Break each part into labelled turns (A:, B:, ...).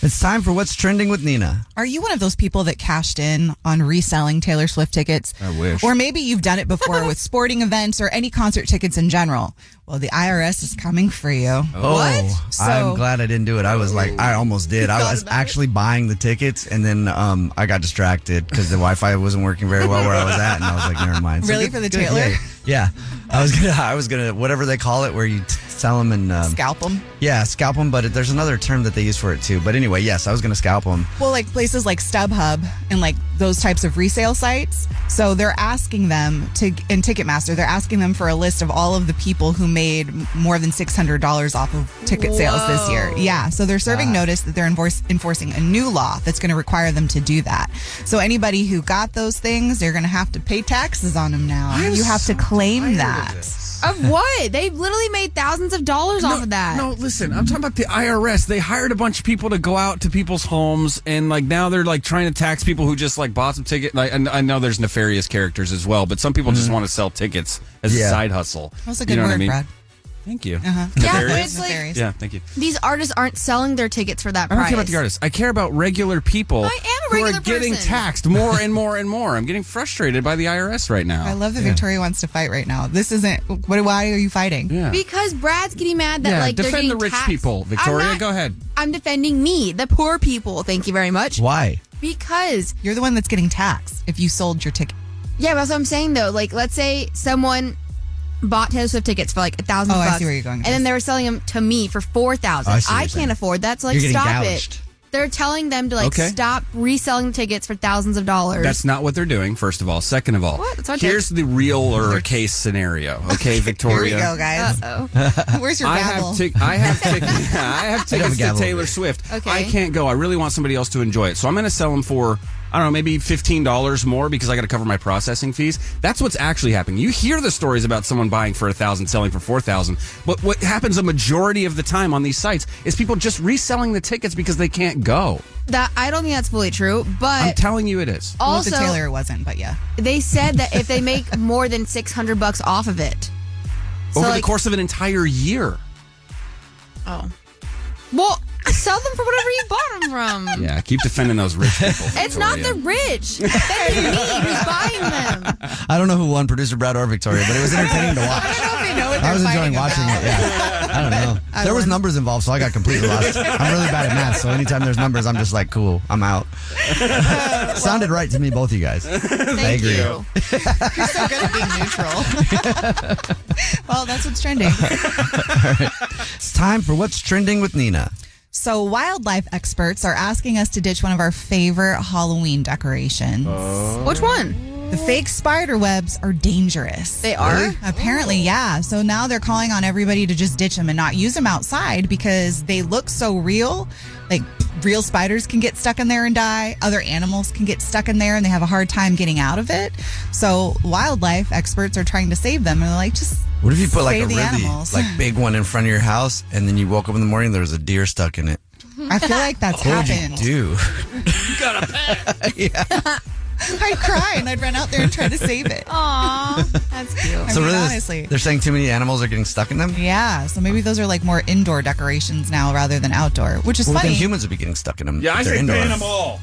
A: It's time for what's trending with Nina.
B: Are you one of those people that cashed in on reselling Taylor Swift tickets?
A: I wish.
B: Or maybe you've done it before with sporting events or any concert tickets in general. Well, the IRS is coming for you.
A: Oh, I'm glad I didn't do it. I was like, I almost did. I was actually buying the tickets, and then um, I got distracted because the Wi-Fi wasn't working very well where I was at, and I was like, never mind.
B: Really? For the Taylor?
A: yay. Yeah, I was gonna, I was gonna, whatever they call it, where you t- sell them and um,
B: Scalp them.
A: Yeah, scalp them. But it, there's another term that they use for it too. But anyway, yes, I was gonna scalp them.
B: Well, like places like StubHub and like those types of resale sites. So they're asking them to, in Ticketmaster, they're asking them for a list of all of the people who made more than $600 off of ticket sales this year. Yeah. So they're serving notice that they're enforce, enforcing a new law that's going to require them to do that. So anybody who got those things, they're going to have to pay taxes on them now. you have to claim that.
C: Of what? They've literally made thousands of dollars off of that.
D: No, listen, I'm talking about the IRS. They hired a bunch of people to go out to people's homes, and like now they're like trying to tax people who just like bought some ticket. Like, and I know there's nefarious characters as well, but some people just want to sell tickets as
A: Yeah.
D: a side hustle.
B: That's a good
D: you know
B: word,
D: what I mean?
B: Brad.
D: Thank you.
C: Uh-huh. Yeah, but
D: Nefarious?
C: it's like
B: Nefarious.
D: yeah, thank you.
C: these artists aren't selling their tickets for that
D: I don't
C: price.
D: care about the artists. I care about regular people
C: I am a
D: who
C: regular
D: are getting
C: person.
D: taxed more and more and more. I'm getting frustrated by the IRS right now.
B: I love that Victoria wants to fight right now. This isn't. What? Why are you fighting?
D: yeah.
C: Because Brad's getting mad that
D: Yeah,
C: like they're
D: defend the
C: getting
D: rich
C: taxed.
D: people, Victoria,
C: I'm not-
D: go ahead.
C: I'm defending me, the poor people. Thank you very much.
A: Why?
C: Because
B: You're the one that's getting taxed if you sold your ticket.
C: yeah, that's what I'm saying though. Like, let's say someone bought Taylor Swift tickets for like a thousand.
B: Oh, I see
C: bucks,
B: where you're going with
C: And then
B: this.
C: they were selling them to me for four thousand.
A: Oh, I see what you're
C: I can't
A: saying.
C: afford that. So like,
A: You're getting
C: stop
A: gouged.
C: it. They're telling them to like
D: Okay.
C: stop reselling tickets for thousands of dollars.
D: That's not what they're doing, first of all. Second of all,
C: What? That's what
D: here's the real or case scenario. Okay,
B: Here
D: Victoria.
B: we go, guys.
C: oh,
B: Where's your
D: I
B: gavel?
D: have, tic- I have, tic- I have
A: have a
D: tickets to
A: gavel.
D: Taylor Swift.
C: Okay.
D: I can't go. I really want somebody else to enjoy it. So I'm going to sell them for, I don't know, maybe $15 more because I got to cover my processing fees. That's what's actually happening. You hear the stories about someone buying for 1000 selling for 4000 But what happens a majority of the time on these sites is people just reselling the tickets because they can't go.
C: that I don't think that's fully true.
D: I'm
C: But
D: telling you it is.
B: Well,
C: also,
B: the Taylor it wasn't, but yeah.
C: they said that if they make more than 600 bucks off of it so,
D: Over
C: like-
D: the course of an entire year.
C: oh well sell them for whatever you bought them from
D: Yeah, keep defending those rich people.
C: it's
A: Oh,
C: not the
D: Victoria.
C: rich that's me who's buying them
A: I don't know who won, producer Brad or Victoria, but it was entertaining to watch.
B: I don't know if they know what
A: I
B: they're
A: was enjoying
B: fighting
A: watching
B: about.
A: it. Yeah, I don't know. there was numbers involved, so I got completely lost. I'm really bad at math, so anytime there's numbers, I'm just like, cool, I'm out. Sounded right to me, both you guys.
C: thank
A: agree.
C: you
B: You're so good at being neutral. well, that's what's trending.
A: It's time for what's trending with Nina.
B: So, wildlife experts are asking us to ditch one of our favorite Halloween decorations.
A: Oh.
C: which one
B: The fake spider webs are dangerous.
C: they are
B: Apparently, yeah. So now they're calling on everybody to just ditch them and not use them outside because they look so real. Like real spiders can get stuck in there and die. Other animals can get stuck in there and they have a hard time getting out of it. So wildlife experts are trying to save them and they're like, just
A: What if you put like
B: save
A: a
B: the
A: really
B: animals.
A: like big one in front of your house, and then you woke up in the morning, there was a deer stuck in it?
B: I feel like that's happened.
A: do?
B: I'd cry and I'd run out there and try to save it.
C: Aw, that's cute.
B: I
A: So
B: mean,
A: really,
B: honestly.
A: they're saying too many animals are getting stuck in them.
B: Yeah, so maybe those are like more indoor decorations now rather than outdoor, which is
A: Well,
B: funny.
A: then humans would be getting stuck in them.
E: Yeah, I
A: if they're
E: say
A: indoor.
E: ban them all.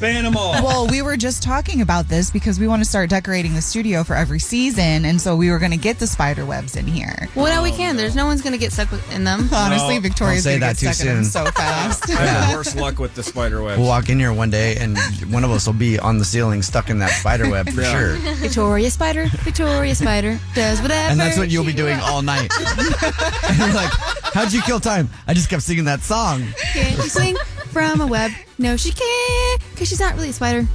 E: ban them all.
B: well, we were just talking about this because we want to start decorating the studio for every season, and so we were going to get the spider webs in here.
C: Well, no, we can. There's no one's gonna get stuck with- in them.
B: Honestly,
E: No,
B: Victoria's
A: don't say
B: going to
A: that too
B: get stuck in them
A: soon.
B: so fast.
E: I have the worst luck with the spider webs.
A: We'll walk in here one day, and one of us will be on the ceiling, stuck in that spider web for
E: Yeah.
A: sure.
C: Victoria Spider, Victoria Spider does whatever.
A: And that's what you'll be
C: she
A: doing
C: wants.
A: all night. and you're like, "How'd you kill time?" I just kept singing that song.
C: Can she swing from a web? No, she can't, because she's not really a spider.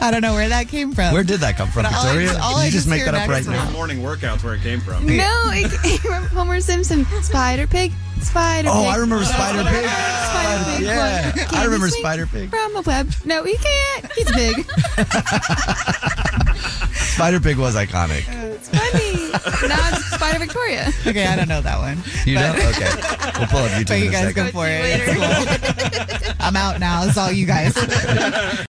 B: I don't know where that came from.
A: Where did that come from,
B: all I-
A: Victoria?
B: all I
A: you just
B: just
A: make
B: hear
A: that up
B: back
A: right
B: is
A: now.
B: wrong.
E: morning workouts where it came from.
C: No, it came from Homer Simpson. Spider pig, spider
A: Oh,
C: pig.
A: I remember Spider Pig.
C: Spider pig.
A: Yeah,
C: one. Can
A: I
C: he
A: remember
C: swing
A: Spider Pig.
C: From a web? No, he can't. He's big.
A: Spider Pig was iconic.
C: It's funny. now it's Spider Victoria.
B: Okay, I don't know that one.
A: You know? Okay. We'll pull up YouTube
B: But
A: in
B: you
A: a
B: guys
A: second.
B: go for it. It's cool. I'm out now. It's all you guys.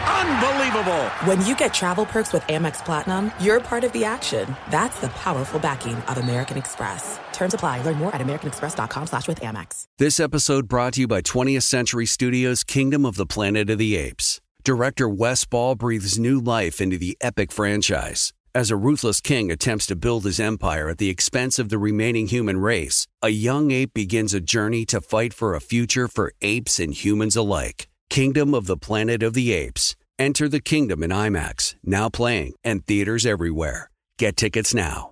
F: Unbelievable!
G: When you get travel perks with Amex Platinum, you're part of the action. That's the powerful backing of American Express. Terms apply. Learn more at americanexpress.com slash with Amex.
H: This episode brought to you by 20th Century Studios' Kingdom of the Planet of the Apes. Director Wes Ball breathes new life into the epic franchise. As a ruthless king attempts to build his empire at the expense of the remaining human race, a young ape begins a journey to fight for a future for apes and humans alike. Kingdom of the Planet of the Apes. Enter the kingdom in IMAX, now playing, and theaters everywhere. Get tickets now.